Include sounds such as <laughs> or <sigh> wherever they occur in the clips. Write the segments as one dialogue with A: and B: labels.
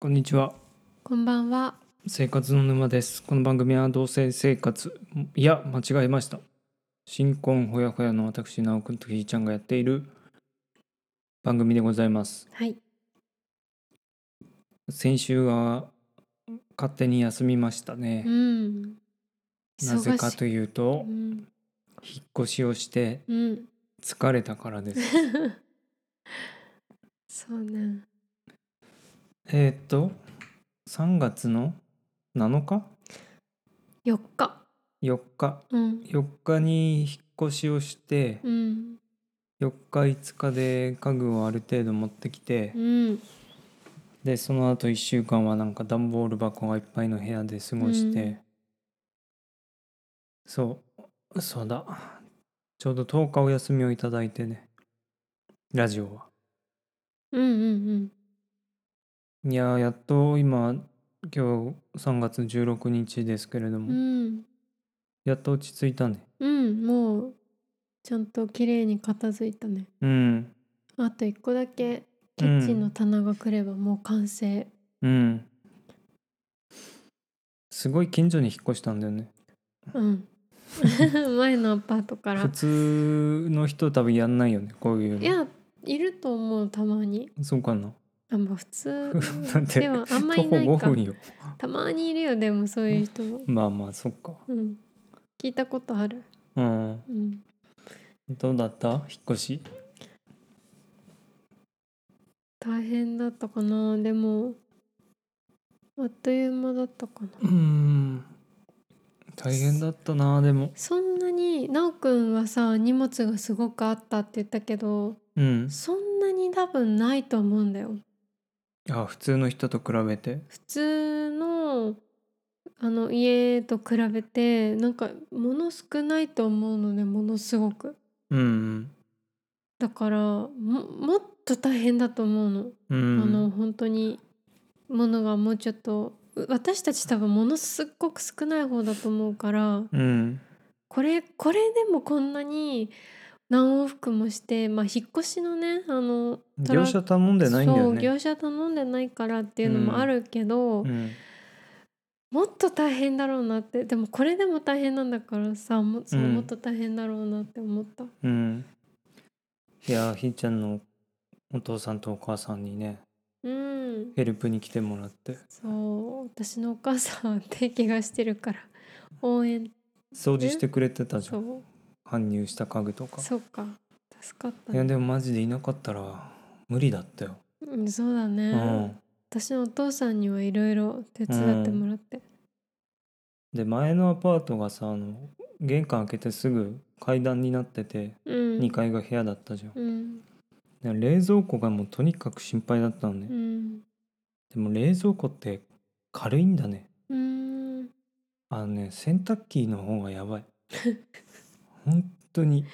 A: こんにちは
B: こんばんは。
A: 生活の沼ですこの番組は同性生活いや間違えました新婚ほやほやの私直くんとひーちゃんがやっている番組でございます
B: はい。
A: 先週は勝手に休みましたね
B: う、ん。
A: なぜか
B: い
A: というと
B: うん。
A: 引っ越しをして
B: うん。
A: 疲れたからです
B: そうなん。
A: えーっと3月の7日
B: 四日。
A: 4日
B: うん。
A: 4日に引っ越しをして
B: うん。
A: 4日5日で家具をある程度持ってきて
B: うん。
A: でその後1週間はなんか段ボール箱がいっぱいの部屋で過ごして、
B: うん
A: そうそうだちょうど10日お休みをいただいてねラジオは
B: うんうん
A: いやーやっと今今日3月16日ですけれど
B: う
A: も、
B: ん。うん。
A: やっと落ち着いたね
B: うん。もう。ちゃんと綺麗に片付いたね。
A: うん
B: あと一個だけ。キッチンの棚が来ればもう完成。
A: うんすごい近所に引っ越したんだよね
B: うん。前のアパート
A: 普
B: から。
A: 通の人多分やんないよねこういうの
B: いや。いると思うたまに。
A: そうかな <laughs>
B: あまあ普通
A: だって
B: ではあんま
A: 徒
B: い
A: 歩
B: ないか
A: 5分よ
B: たまにいるよでもそういう人も、
A: まあまあそっか
B: うん、聞いたことある、
A: うん
B: うん、
A: どうだった引っ越し
B: 大変だったかなでもあっという間だったかな
A: うん大変だったなでも
B: そんなになおくんはさ荷物がすごくあったって言ったけど
A: うん
B: そんなに多分ないと思うんだよ
A: あ普通の人と比べて
B: 普通のあの家と比べてなんか物少ないと思うのねものすごく
A: うん
B: だからももっと大変だと思うの
A: うん
B: あの本当にものがもうちょっとう私たち多分ものすっごく少ない方だと思うから
A: うん
B: これこれでもこんなに何往復もして、まあ、引っ越しのねあのトラ
A: 業者頼んでないんだよ
B: そう
A: ね
B: 業者頼んでないからっていうの
A: う
B: も
A: ん
B: あるけど、
A: うん
B: もっと大変だろうなってでもこれでも大変なんだからさもそう
A: うん
B: もっと大変だろうなって思った。
A: うんいやひーちゃんのお父さんとお母さんにね
B: うん
A: ヘルプに来てもらって
B: そう私のお母さん手怪我してるから応援
A: 掃除してくれてたじゃ
B: そ
A: ん
B: う
A: 搬入した家具とか
B: そうか助かった
A: いや
B: ね
A: でもマジでいなかったら無理だったよ、
B: うんそうだね、
A: うん、
B: 私のお父さんにはいろいろ手伝ってもらって、
A: で前のアパートがさあの玄関開けてすぐ階段になってて
B: うん、
A: 2階が部屋だったじゃん
B: うん
A: で冷蔵庫がもうとにかく心配だったのね、
B: うん
A: でも冷蔵庫って軽いんだね
B: うん
A: あのね洗濯機の方がや
B: <laughs>
A: ばい本当に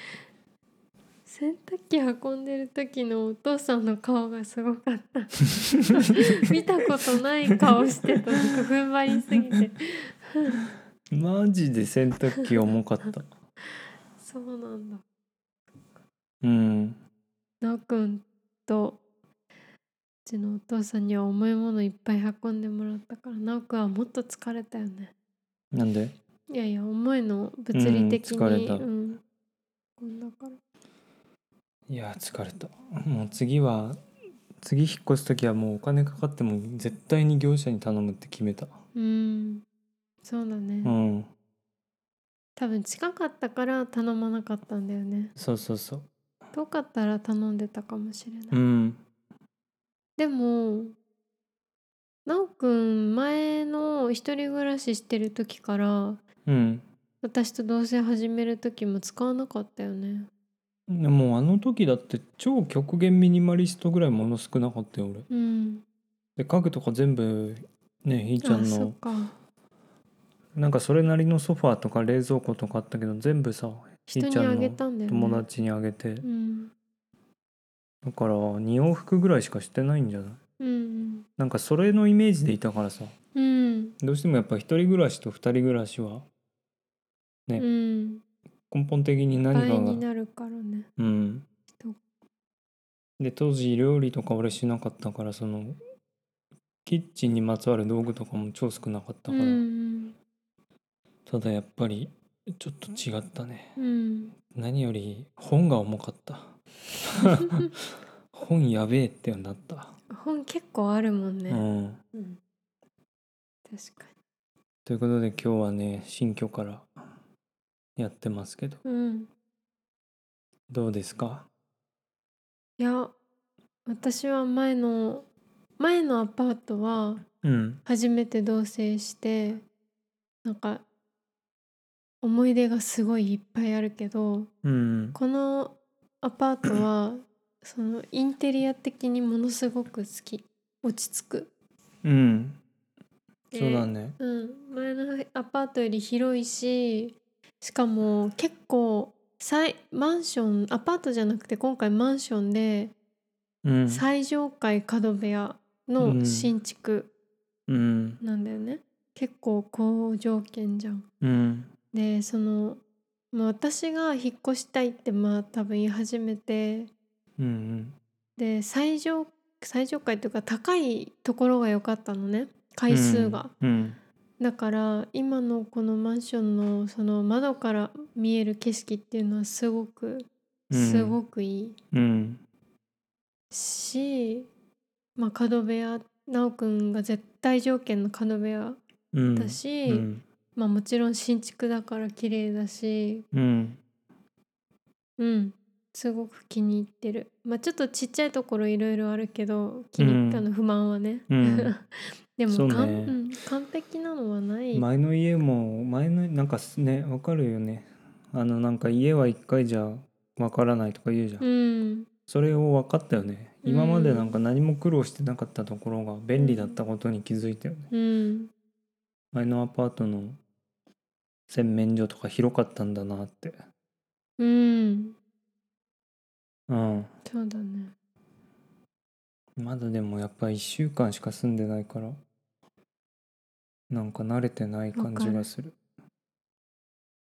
B: 洗濯機運んでる時のお父さんの顔がすごかった
A: <laughs>
B: 見たことない顔してたなんか踏ん張りすぎて
A: マジで洗濯機重かった
B: <laughs> そうなんだ
A: うん
B: なおくんとうちのお父さんには重いものいっぱい運んでもらったからなおくんはもっと疲れたよね
A: なんで
B: いやいや重いの物理的に、
A: うん疲れた
B: うんこんなから
A: いや疲れたもう次は次引っ越す時はもうお金かかっても絶対に業者に頼むって決めた
B: うんそうだね、
A: うん
B: 多分近かったから頼まなかったんだよね
A: そうそうそう
B: 遠かったら頼んでたかもしれない、
A: うん
B: でもなおくん前の一人暮らししてる時から
A: うん
B: 私と同棲始める時も使わなかったよね
A: でもあの時だって超極限ミニマリストぐらいもの少なかったよ俺
B: うん
A: で家具とか全部ねひーちゃ
B: あ
A: ん
B: そっ
A: の
B: か
A: なんかそれなりのソファーとか冷蔵庫とかあったけど全部さひ
B: 人
A: ーち
B: に
A: ゃ
B: あ
A: ん
B: げ
A: の
B: たんだよね
A: 友達にあげて
B: うん
A: だから2往復ぐらいしかしてないんじゃない
B: うん
A: なんかそれのイメージでいたからさ
B: うん
A: どうしてもやっぱ一人暮らしと二人暮らしは
B: う
A: ね
B: ん
A: 根本的に何か
B: 倍に
A: が
B: なるからね
A: うん
B: 人
A: で当時料理とか俺しなかったからそのキキッチンにまつわる道具とかも超少なかった
B: う
A: から、
B: んうん
A: ただやっぱりちょっと違ったね
B: うん
A: 何より本が重かった <laughs> 本やべえってなった、
B: 本結構あるもんね、
A: うん、
B: うん確か
A: ということで今日はね新居からやってますけど
B: にうん
A: どうですか
B: いや私は前の前のアパートは
A: うん
B: 初めて同棲してなんか思い出がすごいいっぱいあるけど
A: うん
B: このアパートはそのインテリア的にものすごく好き落ち着く
A: うん
B: で
A: そうだね
B: うん、前のアパートより広いししかも結構さいマンションアパートじゃなくて今回マンションで
A: うん
B: 最上階角部屋
A: う
B: の
A: ん
B: 新築
A: うん
B: なんだよね、結構好条件じゃん。
A: うん
B: でその、まあ、私が引っ越したいってまあ多分言い始めて
A: うん
B: で最上最上階というか高いところが良かったのね回数が。
A: うん
B: だから今のこのマンションのその窓から見える景色っていうのはすごく
A: うん
B: すごくいい
A: うん
B: し、まあ角部屋奈くんが絶対条件の角部屋
A: うん
B: だし、
A: うん
B: まあもちろん新築だから綺麗だし
A: うん
B: うんすごく気に入ってるまあちょっとちっちゃいところいろいろあるけど気に入ったの不満はね、
A: うん
B: <laughs> で
A: そ
B: も
A: うね
B: かんうん完璧なのはない、
A: 前の家も前のなんかすねわかるよねあのなんか家は一回じゃわからないとか言うじゃん、
B: うん
A: それを分かったよね
B: うん
A: 今までなんか何も苦労してなかったところが便利だったことに気づいたよね
B: うん
A: 前のアパートの洗面所とか広かったんだなって
B: うん
A: うん
B: そうだね
A: まだでもやっぱ1週間しか住んでないからなんか慣れてない感じがする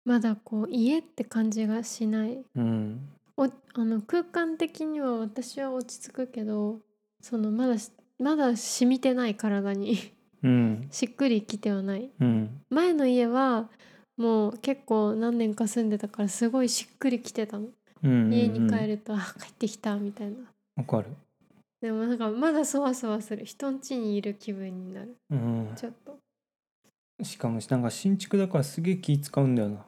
B: まだこう家って感じがしない
A: うん
B: おあの空間的には私は落ち着くけどそのまだしまだ染みてない体に <laughs>
A: うん
B: しっくりきてはない
A: うん
B: 前の家はもう結構何年か住んでたからすごいしっくりきてたの
A: うん
B: 家に帰
A: る
B: ると、あ帰ってきたみたいな
A: わかる
B: でもなんかまだそわそわする人ん家にいる気分になる
A: うん
B: ちょっと
A: しかもなんか新築だからすげえ気使うんだよな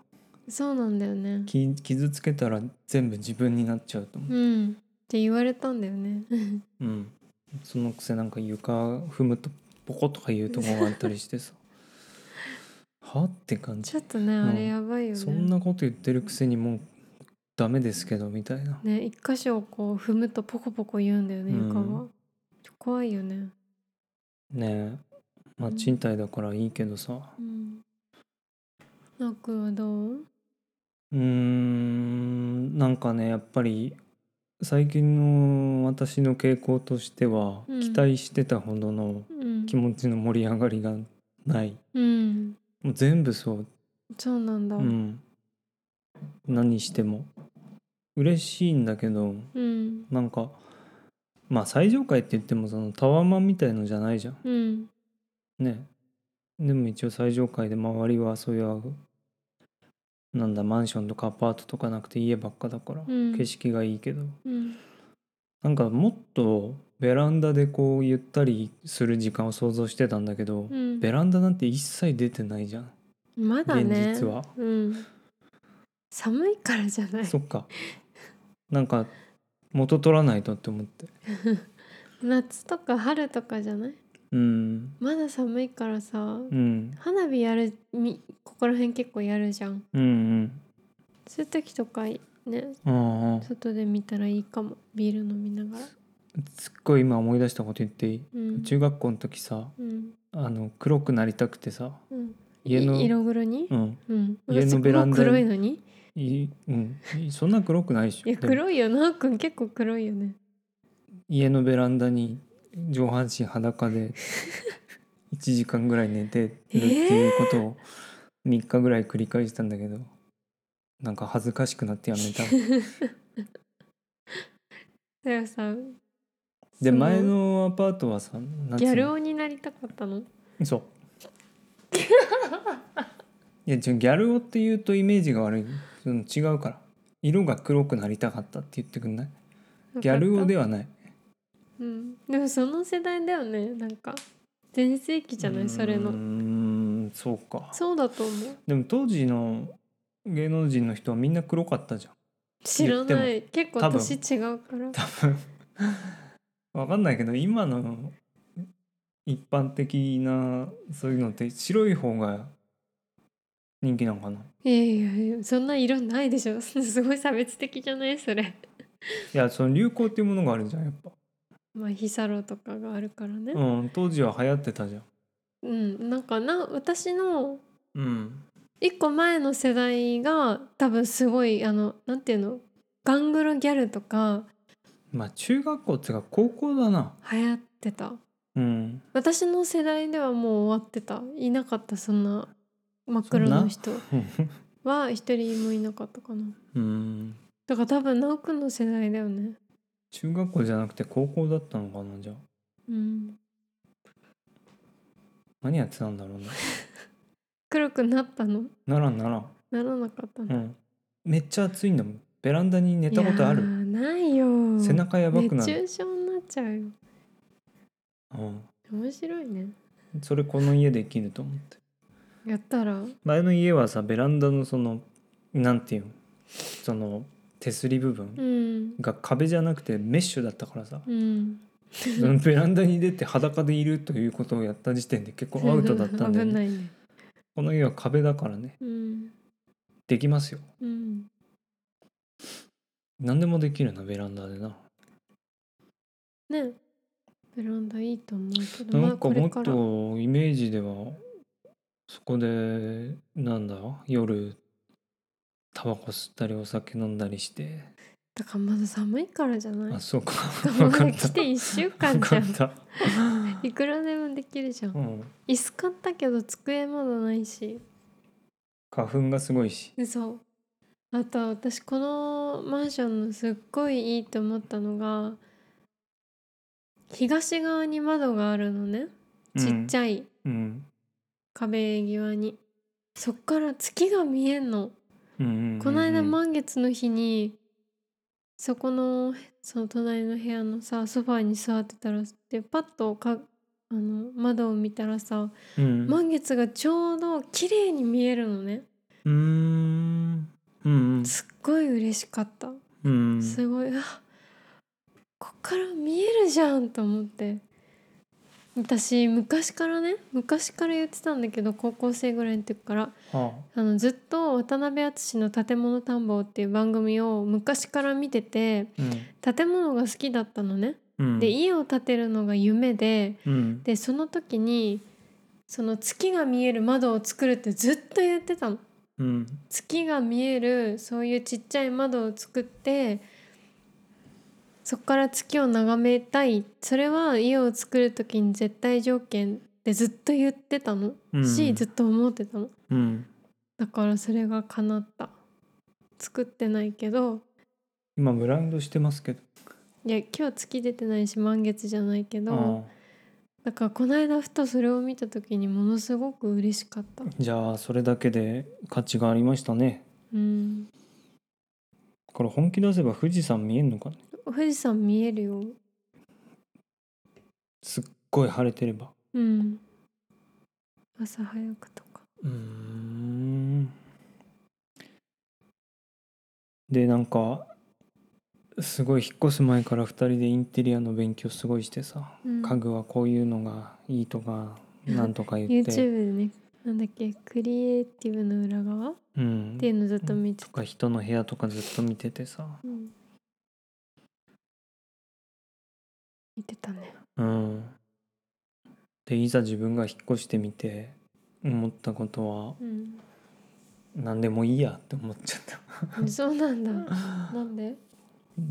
B: そうなんだよね
A: 気傷つけたら全部自分になっちゃうと思う
B: うんって言われたんだよね <laughs>
A: うん、そのくせなんか床踏むとポコッとかいうとこがあったりしてさ <laughs> はって感じ、
B: ちょっとねあれやばいよね、
A: そんなこと言ってるくせにもうダメですけどみたいな
B: ね一箇所をこう踏むとポコポコ言うんだよね
A: うん
B: 床が、怖いよね、
A: ねえまあ
B: うん
A: 賃貸だからいいけどさ
B: うん、なっくんはどう
A: うーんなんかねやっぱり最近の私の傾向としては、
B: うん
A: 期待してたほどの
B: うん
A: 気持ちの盛り上がりがない
B: うん
A: もう全部そう
B: そうなんだ
A: う、ん、何しても嬉しいんだけど
B: うん
A: なんかまあ最上階って言ってもそのタワマンみたいのじゃないじゃん
B: うん
A: ねでも一応最上階で周りはそういうなんだマンションとかアパートとかなくて家ばっかだから、
B: うん
A: 景色がいいけど
B: うん
A: なんかもっとベランダでこうゆったりする時間を想像してたんだけど、
B: うん
A: ベランダなんて一切出てないじゃん
B: まだね
A: 現実は
B: うん、寒いからじゃない
A: そっかなんか元取らないとって思って
B: 夏とか春とかじゃない
A: うん
B: まだ寒いからさ、
A: うん
B: 花火やるみここら辺結構やるじゃん
A: うん
B: そういう時とかね
A: うんああ
B: 外で見たらいいかもビール飲みながら
A: すっごい今思い出したこと言っていい、
B: うん
A: 中学校の時さ
B: うん
A: あの黒くなりたくてさ
B: うん
A: 家の
B: い色黒に
A: う、ん
B: うん、
A: 家のベランダに
B: 私も黒いのに
A: いうん、そんな黒くないでしょ
B: いや
A: でも
B: 黒いよなおくん結構黒いよね
A: 家のベランダに上半身裸で1時間ぐらい寝てるっていうことを3日ぐらい繰り返したんだけどなんか恥ずかしくなってやめた
B: だよさ
A: で
B: その
A: 前のアパートはさなんつ
B: ギ
A: うの
B: ャル男になりたかったの
A: そういやちょギャル男っていうとイメージが悪いその違うから色が黒くなりたかったって言ってくんないギャル男ではない
B: うんでもその世代だよねなんか全盛期じゃないそれ
A: うー
B: の
A: んそうか
B: そうだと思う
A: でも当時の芸能人の人はみんな黒かったじゃん
B: 知らな
A: 言
B: い結構
A: 多分
B: 年違うから
A: 多分 <laughs> わかんないけど今の一般的なそういうのって白い方が人気なのかない
B: やいやいやそんな色ないでしょ <laughs> すごい差別的じゃないそれ
A: いやその流行っていうものがあるじゃんやっぱ、
B: まあヒサロとかがあるからね
A: うん、当時は流行ってたじゃん
B: うんなんかな私の
A: うん
B: 一個前の世代が多分すごいあのなんていうのガングロギャルとか
A: まあ中学校っていうか高校だな
B: 流行ってた <laughs>
A: うん
B: 私の世代ではもう終わってたいなかったそんな真っ黒の人は一人もいなかったかな
A: うん
B: だから多分直くんの世代だよね
A: 中学校じゃなくて高校だったのかなじゃあ
B: うん
A: 何やってたんだろうね
B: 黒くなったの
A: ならんならん
B: ならなかった
A: う
B: の、
A: んめっちゃ暑いんだもんベランダに寝たことあ
B: いや
A: る
B: ーないよ
A: 背中やばくな
B: 熱
A: る、
B: 中症になっちゃうよ
A: うん、
B: 面白いね
A: それこの家できると思って
B: やったら
A: 前の家はさベランダのそのなんていうのその手すり部
B: う
A: 分
B: ん
A: が壁じゃなくてメッシュだったからさ、
B: うん
A: そのベランダに出て裸でいるということをやった時点で結構アウトだったんで、
B: 危
A: ね、
B: ないね
A: この家は壁だからね
B: うん
A: できますよ
B: うん
A: 何でもできるなベランダでな、
B: ねベランダいいと思うけど
A: なんか
B: まあこ
A: も
B: れ
A: っ
B: から
A: とイメージではそこでなんだ夜タバコ吸ったりお酒飲んだりして、
B: だからまだ寒いからじゃない
A: あそう
B: <laughs>
A: か
B: ま
A: 分か
B: だ
A: った
B: 来て1週間
A: 分
B: じ
A: か
B: ゃ
A: っ
B: ん
A: た
B: <laughs> いくらでもできるじゃん
A: うん
B: 椅子買ったけど机まだないし
A: 花粉がすごいし
B: そうあと私このマンションのすっごいいいと思ったのが東側に窓があるのねちっち
A: ゃい、
B: ゃい
A: うん
B: 壁際に、そっから月が見えんの
A: うんうんうんうん、
B: この間満月の日にそこのその隣の部屋のさソファーに座ってたらでパッとかあの窓を見たらさ
A: うん、
B: 満月がちょうど綺麗に見えるのね
A: うーんうん
B: すっごい嬉しかった
A: うん
B: すごいあこっから見えるじゃんと思って私昔からね昔から言ってたんだけど高校生ぐらいの時から
A: は
B: あのずっと渡辺淳の「建物探訪」っていう番組を昔から見てて
A: あ
B: 建物が好きだったのね。
A: うんうん
B: で家を建てるのが夢で
A: うん
B: でその時にその月が見える窓を作るってずっと言ってたの。
A: うん
B: 月が見えるそういうちっちゃい窓を作ってそこから月を眺めたいそれは家を作る時に絶対条件ってずっと言ってたの、
A: うん
B: しずっと思ってたの
A: うん
B: だからそれが叶った作ってないけど
A: 今ブラインドしてますけど
B: いや今日月出てないし満月じゃないけど
A: あ
B: だからこの間ふとそれを見た時にものすごく嬉しかった
A: あじゃあそれだけで価値がありましたね
B: うん
A: これ本気出せば富士山見えんのかね
B: 富士山見えるよ
A: すっごい晴れてれば
B: うん朝早くとか
A: うーんでなんかすごい引っ越す前から2人でインテリアの勉強すごいしてさ、
B: うん
A: 家具はこういうのがいいとかなんとか言って
B: YouTube でねなんだっけクリエイティブの裏側っ
A: うん
B: ていうのずっと見て
A: と
B: た、
A: か人の部屋とかずっと見ててさ
B: うん見てたね
A: うんでいざ自分が引っ越してみて思ったことは
B: うん
A: 何でもいいやって思っちゃった
B: そうなん <laughs> だなんで
A: う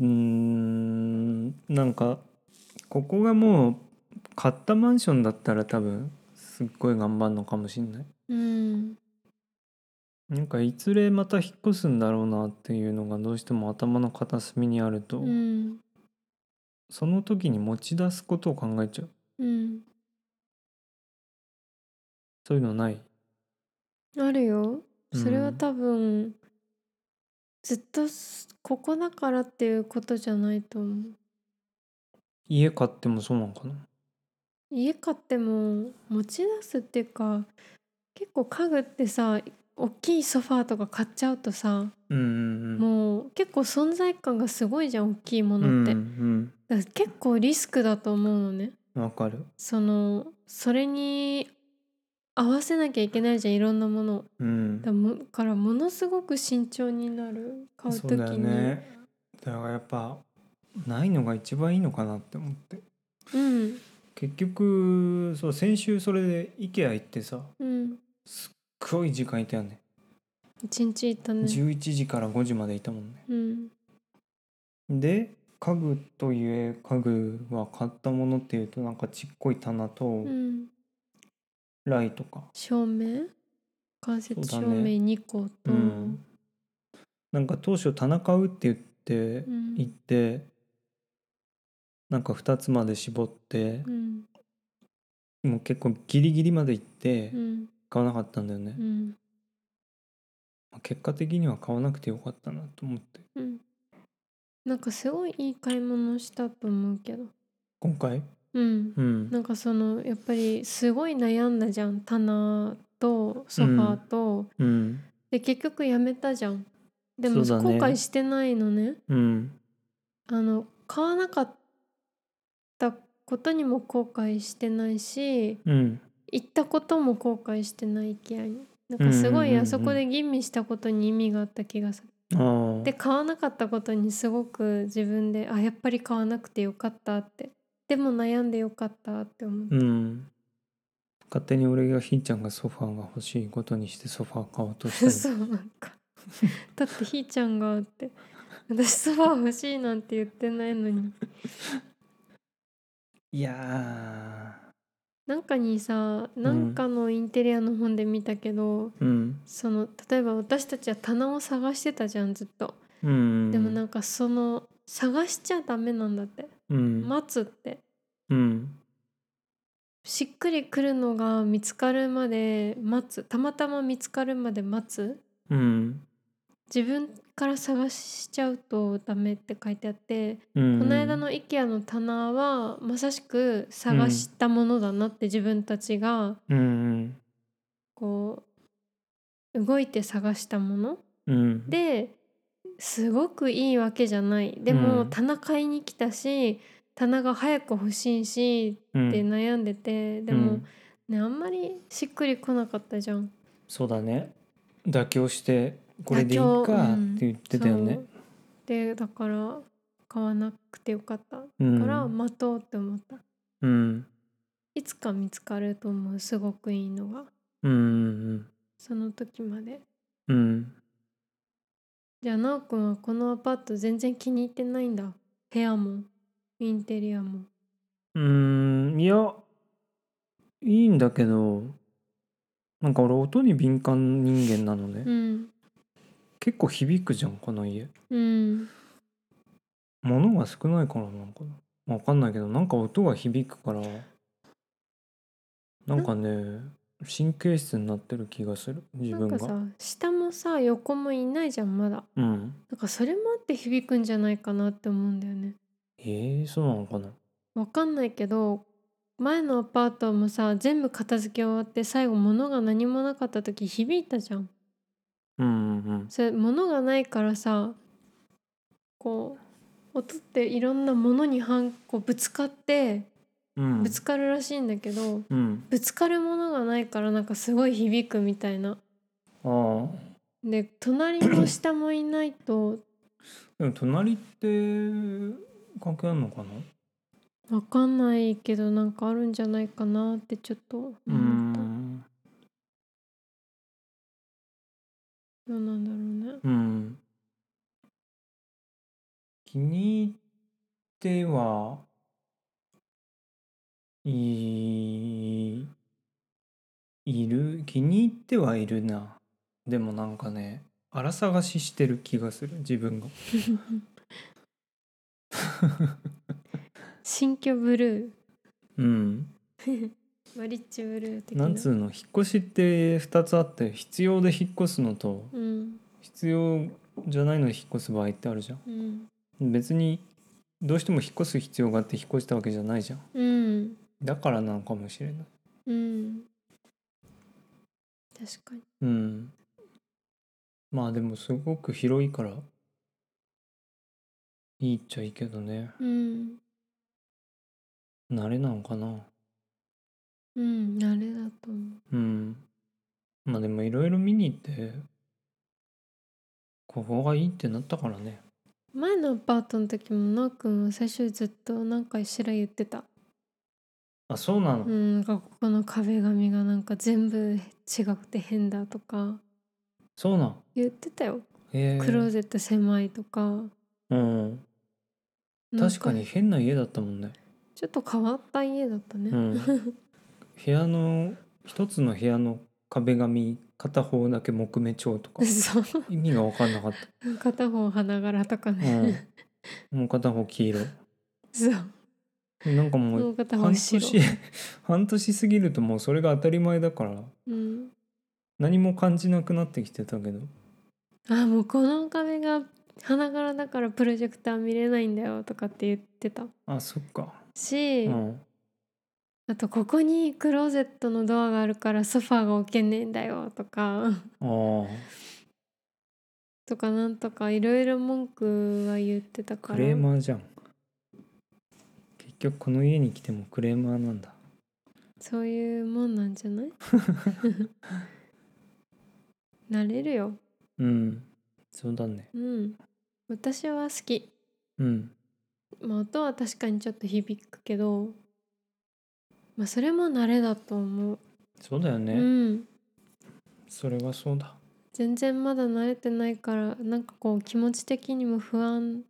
A: ーんなんかここがもう買ったマンションだったら多分すっごい頑張るのかもしんない
B: うん
A: なんかいつれまた引っ越すんだろうなっていうのがどうしても頭の片隅にあると、
B: うん
A: その時に持ち出すことを考えちゃう
B: うん
A: そういうのない
B: あるよそれは
A: うん
B: 多分、ずっとすここだからっていうことじゃないと思う
A: 家買ってもそうなのかな
B: 家買っても持ち出すっていうか結構家具ってさ大きいソファーとか買っちゃうとさ、
A: うんうんうん
B: もう結構存在感がすごいじゃん大きいも
A: うん
B: のって、
A: うん
B: だから結構リスクだと思うのね
A: わかる
B: そのそれに合わせなきゃいけないじゃんいろんなものを
A: うん
B: だもからものすごく慎重になる買う
A: そ
B: 時
A: うだよ
B: に
A: ねだからやっぱないのが一番いいのかなって思って
B: うん
A: 結局そう先週それで IKEA 行ってさ
B: うん
A: 黒い時間いたよね
B: 一日行ったね
A: 11時から5時までいたもんね
B: うん
A: で家具といえ家具は買ったものっていうとなんかちっこい棚と
B: うん
A: ライとか、
B: 照明間接
A: そう
B: 照
A: だね
B: 明2個と、
A: うんなんか当初棚買うって言って
B: うん
A: 行って、なんか2つまで絞って
B: う、ん
A: もう結構ギリギリまで行って
B: うん
A: 買わなかったんだよね、
B: うん
A: まあ結果的には買わなくてよかったなと思って
B: うんなんかすごいいい買い物したと思うけど
A: 今回
B: うん
A: うん
B: なんかそのやっぱりすごい悩んだじゃん棚とソファーと、
A: うん
B: で結局やめたじゃんでも、
A: そうだ
B: 後
A: ね
B: 悔してないのね
A: うん
B: あの買わなかったことにも後悔してないし
A: うん
B: 行ったことも後悔してない IKEA になんかすご
A: うんうんうん
B: い
A: うん
B: あそこで吟味したことに意味があった気がする、
A: ああ
B: で買わなかったことにすごく自分であやっぱり買わなくてよかったってでも悩んでよかったって思う、
A: うん勝手に俺がひーちゃんがソファーが欲しいことにしてソファー買おうとしたり
B: <laughs> そうなんかだってひーちゃんがって私ソファー欲しいなんて言ってないのに
A: いや
B: なんかにさなんかのインテリアの本で見たけど、
A: ーうん
B: その例えば私たちは棚を探してたじゃんずっと
A: うん
B: でもなんんかその探しちゃダメなんだって
A: うん、
B: 待つって
A: うん
B: しっくりくるのが見つかるまで待つたまたま見つかるまで待つ
A: うん
B: 自分から探しちゃうとダメって書いてあって、
A: うん、
B: この間の IKEA の棚はまさしく探したものだなって自分たちが
A: うん
B: こう動いて探したもの
A: うん
B: ですごくいいわけじゃないでも、
A: うん
B: 棚買いに来たし棚が早く欲しいし
A: うん
B: って悩んでて、で
A: う
B: も
A: ん、
B: ねあんまりしっくりこなかったじゃん。
A: そうだね妥協してこれでいいか
B: 妥協う
A: っ
B: ん
A: て言ってたよね
B: そうでだから買わなくてよかったか
A: うん
B: ら待とうって思った、
A: うん
B: いつか見つかると思うすごくいいのが
A: うんうん
B: その時まで
A: うん
B: じゃあなおくんはこのアパート全然気に入ってないんだ部屋もインテリアも
A: うんうんいやいいんだけどなんか俺音に敏感人間なのね、
B: うん
A: 結構響くじゃんこの家
B: うん
A: 物が少ないからなのかな分かんないけどなんか音が響くからなんかね神経質になってる気がする自
B: なん
A: 分
B: か
A: が
B: さ下もさ横もいないじゃんまだ
A: うん
B: なんかそれもあって響くんじゃないかなって思うんだよね
A: えー、そうなのかな
B: わかんないけど前のアパートもさ全部片付け終わって最後物が何もなかった時響いたじゃん
A: うんうん
B: それ物がないからさこう音っていろんな物に反こうぶつかって
A: うん
B: ぶつかるらしいんだけど、
A: うん
B: ぶつかるものがないからなんかすごい響くみたいな
A: ああ
B: で隣も下もいない
A: <coughs>
B: と
A: でも隣って関係あんのかな
B: わかんないけどなんかあるんじゃないかなってちょっと
A: う
B: 思った
A: ん
B: どうなんだろうね
A: うん気に入ってはいいる気に入ってはいるなでもなんかね荒探ししてる気がする自分が
B: 新居ブル
A: うん
B: ーマリッジブルー的な
A: なんつうの引っ越しって2つあって必要で引っ越すのと
B: うん
A: 必要じゃないので引っ越す場合ってあるじゃん
B: うん
A: 別にどうしても引っ越す必要があって引っ越したわけじゃないじゃん
B: うん
A: だからなのかもしれない
B: うん確かに
A: うんまあでもすごく広いからいいっちゃいいけどね
B: うん
A: 慣れなのかな
B: うん慣れだと思
A: うんまあでもいろいろ見に行ってここがいいってなったからね
B: う前のアパートの時もなおくんは最初ずっと何かしら言ってた
A: あそうなの、
B: うんなんかここの壁紙がなんか全部違くて変だとか
A: そうなん
B: 言ってたよ
A: へえ
B: クローゼット狭いとか
A: うん
B: なん
A: 確かに変な家だったもんね
B: ちょっと変わった家だったね
A: うん部屋の一つの部屋の壁紙片方だけ木目調
B: <laughs>
A: とか
B: そう
A: 意味が分かんなかっ
B: 片方花柄とか
A: た、う
B: ね、
A: ん、もう片方黄色
B: そう
A: なんかも
B: も
A: う
B: う片
A: 半
B: 方白
A: 年 <laughs> 半年過ぎるともうそれが当たり前だから
B: うん、
A: 何も感じなくなってきてたけど
B: あもうこの壁が花柄だからプロジェクター見れないんだよとかって言ってた
A: あそっか
B: し、
A: うん
B: あとここにクローゼットのドアがあるからソファーが置けねえんだよとか <laughs>
A: あー
B: とかなんとかいろいろ文句は言ってたか
A: ク
B: ら
A: レーマーじゃん結局この家に来てもクレーマーなんだ
B: そういうもんなんじゃない <laughs> 慣れるよ
A: うんそうだね
B: うん私は好き
A: うん
B: まあ音は確かにちょっと響くけどまあそれも慣れだと思う、
A: そうだよね、
B: うん
A: それはそうだ
B: 全然まだ慣れてないからなんかこう気持ち的にも不安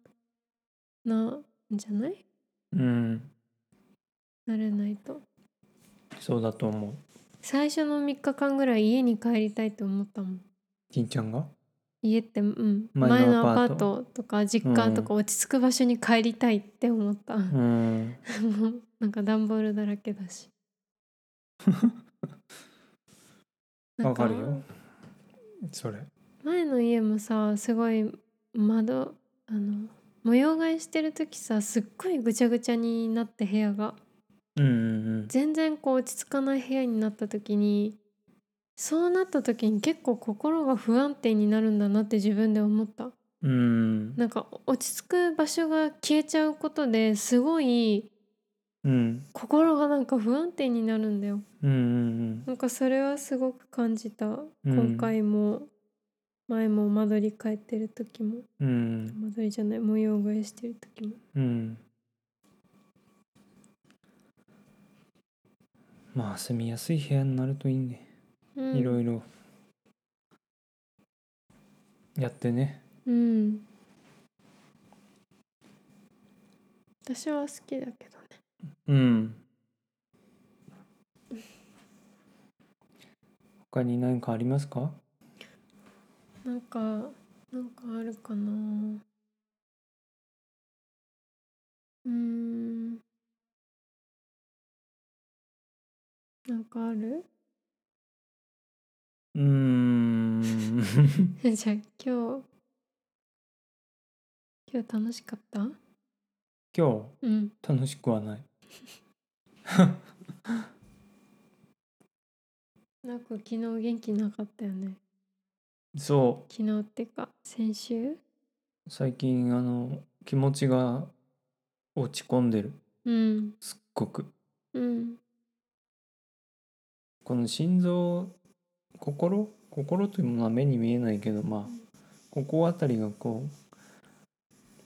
B: なんじゃない
A: うん
B: 慣れないと
A: そうだと思う
B: 最初の3日間ぐらい家に帰りたいと思ったもん
A: 金ちゃんが
B: 家ってうん
A: 前
B: 前
A: の
B: の
A: ア
B: ア
A: パ
B: パ
A: ート
B: ートとか実家とか落ち着く場所に帰りたいって思った、
A: うん
B: もう <laughs> なんか段ボールだらけだ
A: <laughs>
B: しな
A: わ
B: ん
A: かるよそれ
B: 前の家もさすごい窓あの模様替えしてる時さすっごいぐちゃぐちゃになって部屋が
A: うんうん
B: 全然こう落ち着かない部屋になった時にそうなった時に結構心が不安定になるんだなって自分で思った
A: うんうん
B: なんか落ち着く場所が消えちゃうことですごい
A: うん
B: 心がなんか不安定になるんだよ
A: うんうん
B: なんかそれはすごく感じた、
A: ん
B: 今回も前も間取り変えてる時も
A: うん
B: 間取りじゃない模様替えしてる時も
A: うんまあ住みやすい部屋になるといいね
B: うん
A: いろいろやってね
B: うん私は好きだけどね
A: うん他に何かありますか
B: なんかなんかあるかなうーんなんかある <laughs>
A: うーん <laughs>
B: じゃあ今日今日楽しかった
A: 今日
B: うん
A: 楽しくはない <laughs>
B: なんか昨日元気なかったよね
A: そ
B: 昨日ってか先週
A: う最近あの気持ちが落ち込んでる
B: うん
A: すっごく
B: うん
A: この心臓心心というものは目に見えないけどまあここあたりがこう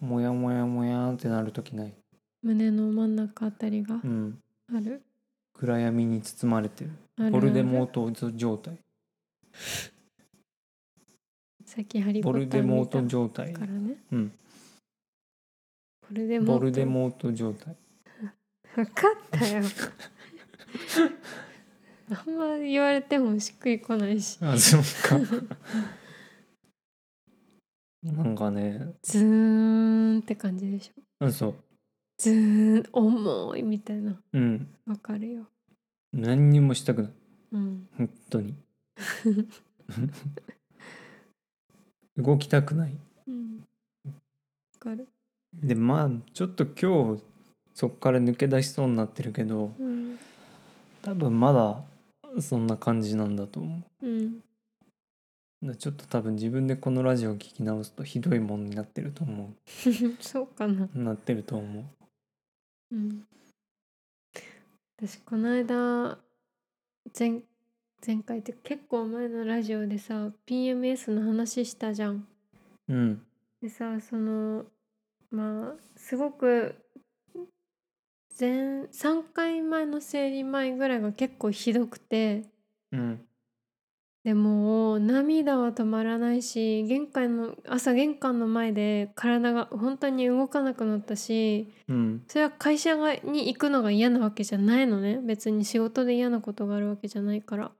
A: モヤモヤモヤーってなる時ない、
B: 胸の真ん中あたりが
A: うん、
B: ある
A: 暗闇に包まれてる
B: あるある
A: ボルデモート状態
B: さっきハリーポ
A: ボル
B: ッタ
A: デ
B: ー
A: モ
B: 見
A: ー
B: た
A: ト状態
B: からね
A: うん
B: ボルデモート
A: ボルデモート状態
B: 分かったよあんま言われてもしっくりこないし
A: あそっか <laughs> なんかね
B: ズーンって感じでしょ
A: うんそう
B: ずーん重いみたいな
A: うん
B: わかるよ
A: 何にもしたくない
B: うん
A: 本当 <laughs> に動きたくない
B: うんわかる
A: でまあちょっと今日そっから抜け出しそうになってるけど
B: うん
A: 多分まだそんな感じなんだと思う
B: うん <laughs>
A: だからちょっと多分自分でこのラジオを聞き直すとひどいもんになってると思
B: そうかな
A: うなってると思う
B: うん私この間前前回って結構前のラジオでさ PMS の話したじゃん
A: うん
B: でさそのまあすごく前3回前の生理前ぐらいが結構ひどくて
A: うん
B: でもう涙は止まらないし玄関の朝玄関の前で体が本当に動かなくなったし
A: うん
B: それは会社がに行くのが嫌なわけじゃないのね別に仕事で嫌なことがあるわけじゃないから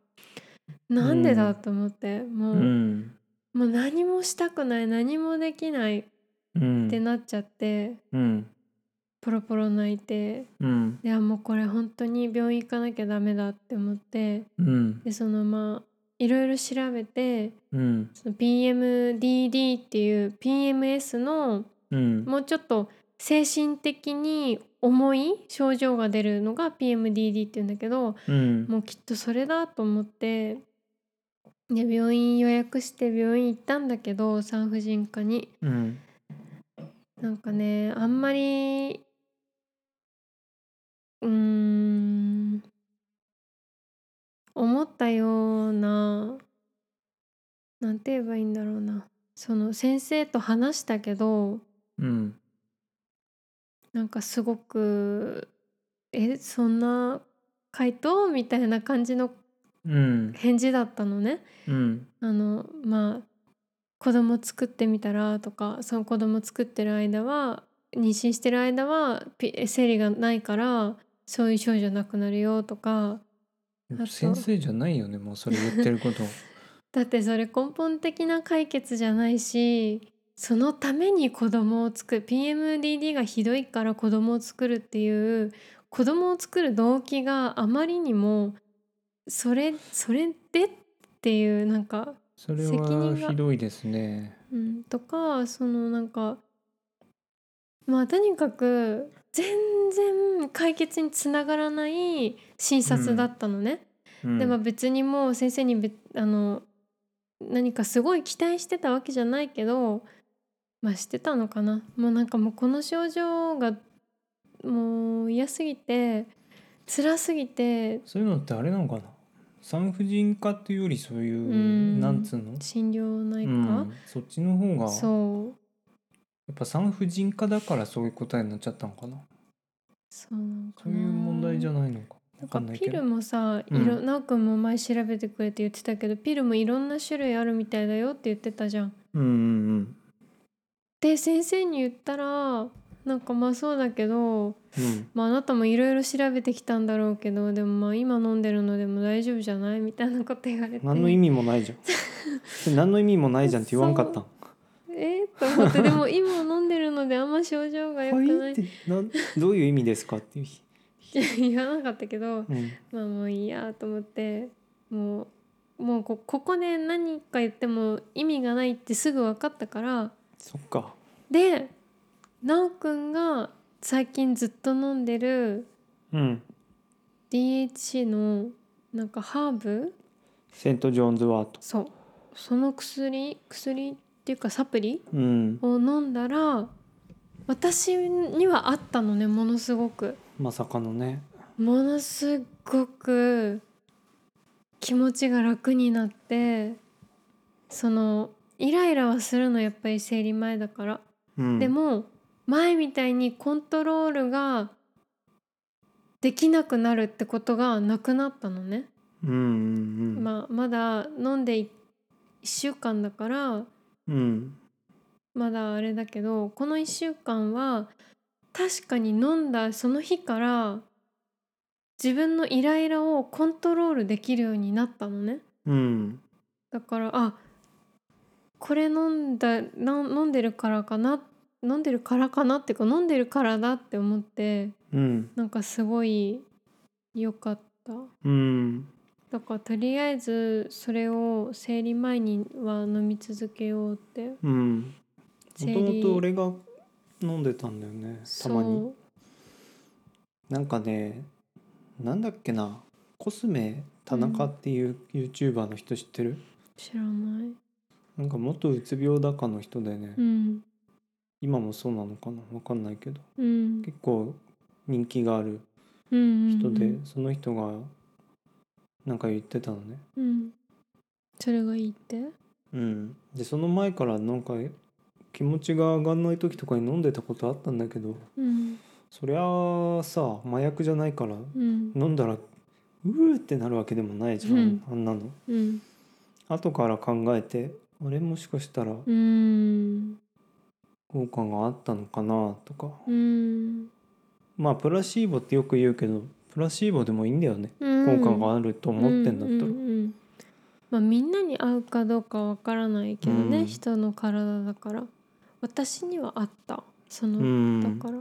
B: なんでだと思って、も
A: う
B: う,、
A: ん
B: もう何もしたくない何もできないっ
A: うん
B: てなっちゃって。
A: うん
B: ポロポロ泣いて
A: うん
B: いやもうこれ本当に病院行かなきゃダメだって思って
A: うん
B: でそのまあいろいろ調べて
A: うん
B: その PMDD っていう PMS の
A: うん
B: もうちょっと精神的に重い症状が出るのが PMDD っていうんだけど
A: うん
B: もうきっとそれだと思ってで病院予約して病院行ったんだけど産婦人科に。
A: うん
B: なんかねあんまりうーん思ったようななんて言えばいいんだろうなその先生と話したけど
A: うん
B: なんかすごく「えそんな回答?」みたいな感じの
A: うん
B: 返事だったのね。
A: うん
B: あのまあ子供作ってみたらとかその子供作ってる間は妊娠してる間はピ生理がないからそういう症状なくなるよとかと
A: 先生じゃないよねもうそれ言ってること
B: だってそれ根本的な解決じゃないしそのために子供を作る PMDD がひどいから子供を作るっていう子供を作る動機があまりにもそれそれでっていうなんか
A: それ
B: 責
A: は
B: 任が
A: ひどいですね
B: うん、とかそのなんかまあとにかく全然解決につながらない診察だったのね。
A: うん
B: でも別にもう先生にべあの何かすごい期待してたわけじゃないけどまあしてたのかな。もうなんかもうこの症状がもう嫌すぎて辛すぎて
A: そういうのってあれなのかな産婦人科っていうよりそういう、
B: うん
A: なんつうの、
B: 診療内
A: う
B: 科、
A: ん、そっちの方がや
B: そう
A: っぱ産婦人科だからそういう答えになっちゃったのかな
B: そうなのか
A: そ
B: な
A: ういう問題じゃないのか
B: な
A: わ
B: んか
A: かんないけ
B: ピル
A: ど
B: もさい
A: うん
B: ろ、なおくんも前調べてくれって言ってたけどピルもいろんな種類あるみたいだよって言ってたじゃん。
A: うんうん
B: で先生に言ったらなんかまあそうだけど、
A: うん
B: まあ、あなたもいろいろ調べてきたんだろうけどでもまあ今飲んでるのでも大丈夫じゃないみたいなこと言われて
A: 何の意味もないじゃん
B: <laughs>
A: それ何の意味もないじゃんって言わんかったん
B: えー、と思ってでも今飲んでるのであんま症状が良くな
A: はいい
B: っ
A: っててなどういう意味ですかっていう、
B: 言わなかったけど
A: うん、
B: まあもういいやと思ってもうもうこここで何か言っても意味がないってすぐ分かったから
A: そっか
B: でなおくんが最近ずっと飲んでる
A: うん
B: DHC のなんかハーブ
A: セント・ジョーンズ・ワート
B: そうその薬薬っていうかサプリ
A: うん
B: を飲んだら私にはあったのねものすごく
A: まさかのね
B: ものすごく気持ちが楽になってそのイライラはするのやっぱり生理前だから
A: うん
B: でも前みたいにコントロールができなくなるってことがなくなったのね、
A: うんうんうん
B: まあ、まだ飲んで1週間だから
A: うん
B: まだあれだけどこの1週間は確かに飲んだその日から自分のイライラをコントロールできるようになったのね
A: うん
B: だからあこれ飲んだな飲んでるからかなっ飲んでるからかなっていうか飲んでるからだって思って
A: うん
B: なんかすごい良かった
A: うん
B: だからとりあえずそれを生理前には飲み続けようって
A: うんも
B: 生
A: とも
B: 理
A: と俺が飲んでたんだよねたまに
B: そう
A: なんかねなんだっけなコスメ田中っていう YouTuber の人知ってる、
B: 知らない
A: なんか元うつ病だかの人でね、
B: うん
A: 今もそうなのかなわかんないけど
B: うん
A: 結構人気がある
B: うん
A: 人で、
B: うん
A: その人がなんか言ってたのね
B: うんそれがいいって
A: うんでその前からなんか気持ちが上がんない時とかに飲んでたことあったんだけど
B: うん
A: そりゃあさ麻薬じゃないから
B: うん
A: 飲んだらうーってなるわけでもないじゃん、
B: うん
A: あんなの
B: うん
A: 後から考えてあれもしかしたら
B: うん
A: 効果があったのかなとか
B: うん
A: まあプラシーボってよく言うけどプラシーボでもいいんだよね効果があると思ってんだったら
B: ううんうんまあ、みんなに合うかどうかわからないけどね、
A: うん
B: 人の体だから私にはあったその、
A: うん
B: だから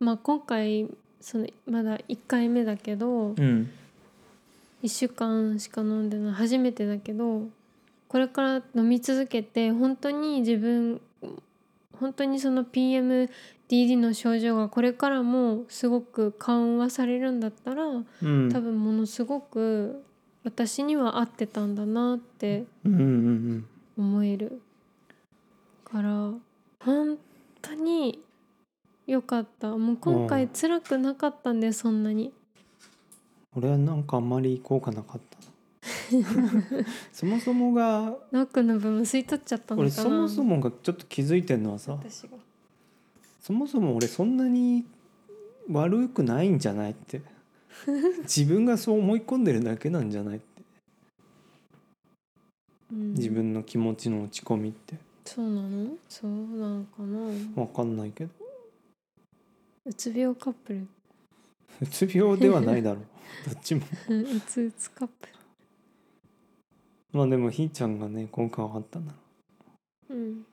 B: まあ今回そのまだ1回目だけど
A: うん
B: 1週間しか飲んでない初めてだけどこれから飲み続けて本当に自分本当にその PMDD の症状がこれからもすごく緩和されるんだったら
A: うん
B: 多分ものすごく私には合ってたんだなって
A: うんうんうん
B: 思えるから本当に良かったもう今
A: う
B: 回
A: ん
B: 辛くなかったんでそんなに
A: 俺はなんかあんまり効果なか
B: <laughs>
A: ったなそもそもが
B: ノックの分も吸い取っちゃったのかな
A: 俺そもそもがちょっと気づいてんのはさ
B: 私が
A: そもそも俺そんなに悪くないんじゃないって
B: <laughs>
A: 自分がそう思い込んでるだけなんじゃないって
B: うん
A: 自分の気持ちの落ち込みって
B: そうなのそうなのかな
A: わかんないけど
B: うつ病カップル <laughs>
A: うつ病ではないだろうどっちも
B: うんうつうつカップ
A: まあでもひーちゃんがね効果があったなら
B: ルうん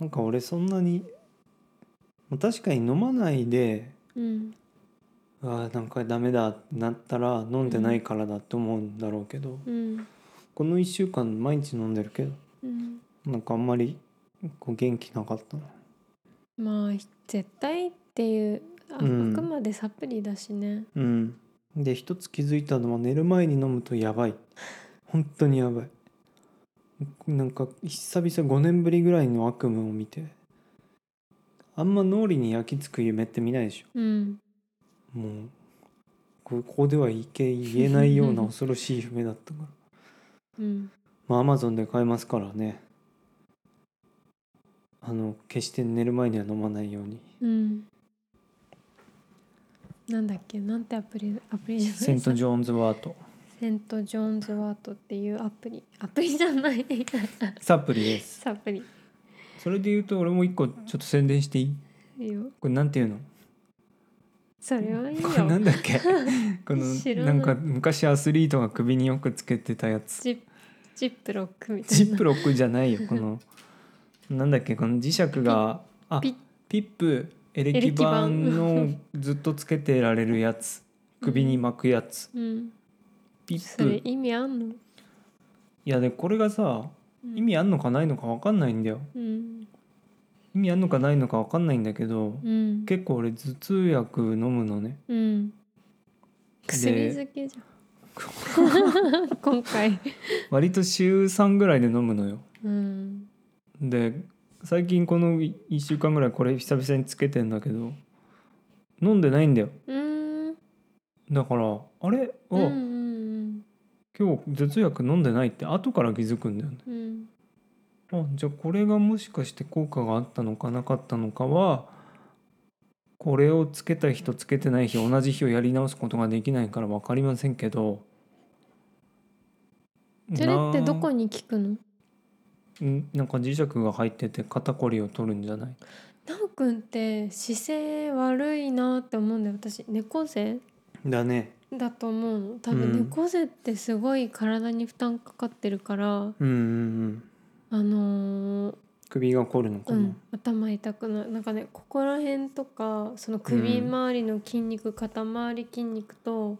A: なんか俺そんなにまあ確かに飲まないで
B: うん
A: あーなんかダメだってなったら飲んでないからだって思うんだろうけど、
B: うん
A: この1週間毎日飲んでるけど
B: うん
A: なんかあんまりこう元気なかったな
B: まあひ絶対っていうあ,、
A: うん
B: あくまでサプリだしね
A: うんで一つ気づいたのは寝る前に飲むとやばい本当にやばいなんか久々5年ぶりぐらいの悪夢を見てあんま脳裏に焼き付く夢って見ないでし
B: うん
A: ょもうこここではいけ言えないような恐ろしい夢だったから <laughs>
B: うん
A: まあアマゾンで買えますからねあの決して寝る前には飲まないように
B: うんなんだっけなんてアプリアプリじゃない
A: セント・ジョーンズ・ワート
B: セントジョーンズワートっていうアプリアプリじゃない
A: サプリです
B: サプリ
A: それで言うと俺も一個ちょっと宣伝していい
B: いいよ
A: これなんていうの
B: それはいいよ
A: これなんだっ
B: <laughs>
A: けこの
B: 知ら
A: な
B: ない
A: んか昔アスリートが首によくつけてたやつ
B: ジッジップロックみたい
A: ジ
B: な
A: ップロックじゃないよこのなんだっけこの磁石があ
B: ピッ
A: ピップエレ
B: エレ
A: キ
B: キ板
A: 板のずっとつけてられるやつ首に巻くやつ
B: うん
A: ピッ
B: それ
A: プ
B: 意味あんの、
A: いやでこれがさ
B: うん、
A: 意味あんのかないのか分かんないんだよ
B: うん
A: 意味あんのかないのか分かんないんだけど
B: うん
A: 結構俺頭痛薬飲むのね
B: うん薬漬け
A: <laughs>
B: じゃん今回
A: 割と週3ぐらいで飲むのよ
B: うん
A: で最近この1週間ぐらいこれ久々につけてんだけど飲んでないんだよ
B: うーん
A: だからあれあ、
B: うんうん
A: 今日頭痛薬飲んでないって後から気づくんだよね
B: うんうん
A: あじゃあこれがもしかして効果があったのかなかったのかはこれをつけた日とつけてない日同じ日をやり直すことができないから分かりませんけど
B: それってどこ
A: な
B: に効くの
A: んなんか磁石が入ってて肩こりを取るんじゃない
B: なおくんって姿勢悪いなって思うんだよ私猫背
A: だね
B: だと思うの多
A: うん
B: 分猫背ってすごい体に負担かかってるから、
A: うんうん
B: あのー
A: 首が凝るのか
B: う
A: な、
B: ん、頭痛くなるなんかねここら辺とかその首周りの筋肉、肩周り筋肉と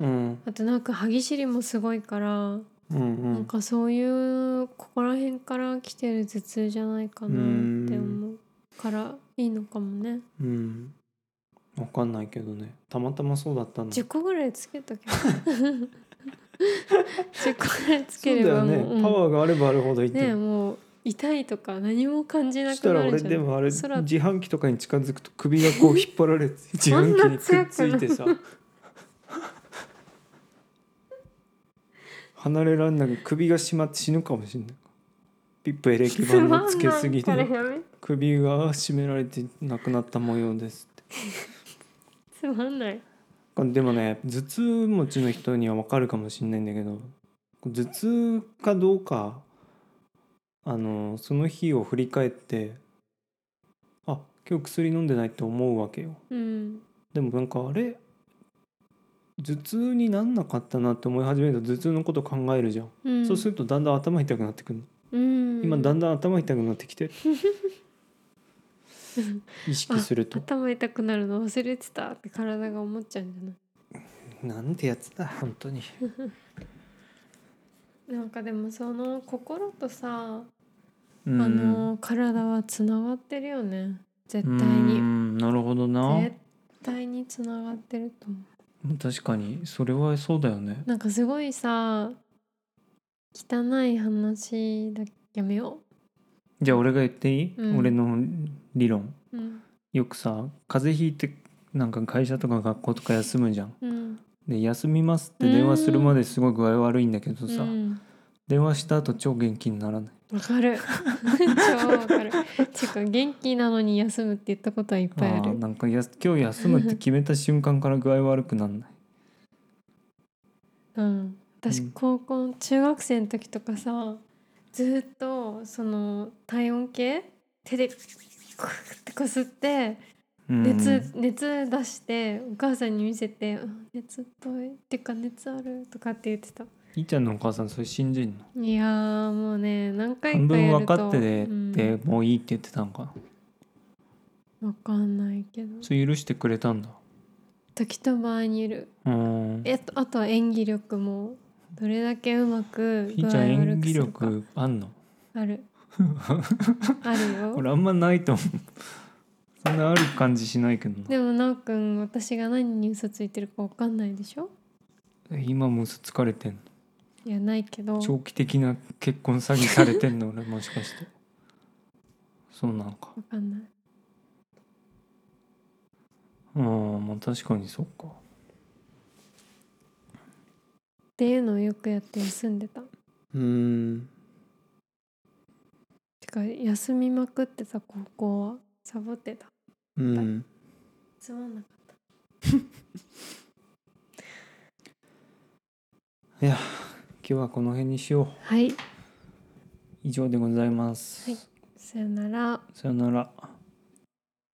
A: うん、
B: あとなんか歯ぎしりもすごいから、
A: うんうん
B: なんかそういうここら辺から来てる頭痛じゃないかなって思うからいいのかもね
A: うんわかんないけどねたまたまそうだったんだ
B: 10個ぐらいつけ
A: <laughs>
B: とけば10個ぐらいつ
A: そ
B: け
A: う
B: れ
A: だ
B: ば
A: よ
B: もう
A: ね、
B: うん
A: パワーがあればあるほどいいって
B: ねえもう痛いとか何も感じ
A: そ
B: な
A: した
B: く
A: ら
B: なる
A: 俺
B: じゃ
A: で
B: ん
A: もあれ自
B: 空
A: 販機とかに近づくと首がこう引っ張られて自
B: そん
A: 販
B: な
A: 機にくっついて
B: <laughs>
A: さ離れらんなく首が締まって死ぬかもしれないピップエレキ板のつけすぎ
B: <laughs> つまんない
A: で
B: からやめ
A: 首が締められて亡くなった模様ですって
B: つまんない
A: でもね頭痛持ちの人には分かるかもしれないんだけど頭痛かどうかあのその日を振り返ってあ今日薬飲んでないって思うわけよ
B: うん
A: でもなんかあれ頭痛になんなかったなって思い始めると頭痛のこと考えるじゃん、
B: うん
A: そうするとだんだん頭痛くなってくるの、
B: うん
A: 今だんだん頭痛くなってき
B: <laughs>
A: て意識すると
B: 頭痛くなるの忘れてたって体が思っちゃうんじゃない
A: なんてやつだ本当に
B: なんかでもその心とさ、
A: うん
B: あの体はつながってるよね絶対
A: う
B: に
A: んなるほどな
B: 絶対につながってると思
A: 確かにそれはそうだよね
B: うなんかすごいさ汚い話だやめよ
A: じゃあ俺が言っていい、
B: うん
A: 俺の理論
B: ううん
A: よくさ風邪ひいてなんか会社とか学校とか休むじゃん
B: うん
A: で休みますって電話するまですごい具合悪いんだけどさ、
B: うん
A: 電話した後超元気にならない
B: わかる超わかるてか元気なのに休むって言ったことはいっぱいあ
A: あー
B: る
A: なんかや今日休むって決めた瞬間から具合悪くなんない
B: うん、私
A: うん
B: 高校中学生の時とかさずっとその体温計手でクッてこすって
A: うん
B: 熱熱出してお母さんに見せてうん「熱っぽい」っていうか「熱ある」とかって言ってた
A: いいちゃんのお母さんそれ信じんの
B: いやーもうね何回
A: 半
B: か
A: 分
B: や
A: 分
B: ると
A: かってて、
B: うん
A: でもういいって言ってたんか
B: わかんないけど
A: それ許してくれたんだ
B: 時と場合にいる
A: うん
B: えっとあとは演技力もどれだけうまく
A: い
B: 具
A: い
B: 合
A: ちゃん
B: 悪
A: 演
B: く
A: 技
B: するか
A: 力あんの
B: ある
A: <laughs>
B: あるよ
A: 俺あんまないと思うそんなある感じしないけどな
B: でもなおくん私が何に嘘ついてるかわかんないでしょ
A: 今もう嘘つかれてん
B: いやないけど
A: の長期的な結婚詐欺されて <laughs> んの俺もしかしてそうなのか
B: わかんない
A: うんまあ確かにそっか
B: っていうのをよくやって休んでた
A: うん
B: てか休みまくってた高校はサボってた
A: <laughs> うん
B: つまんなかっ
A: 今日はこの辺にしよう
B: たはい
A: 以上でございます、
B: はいさよなら
A: さよなら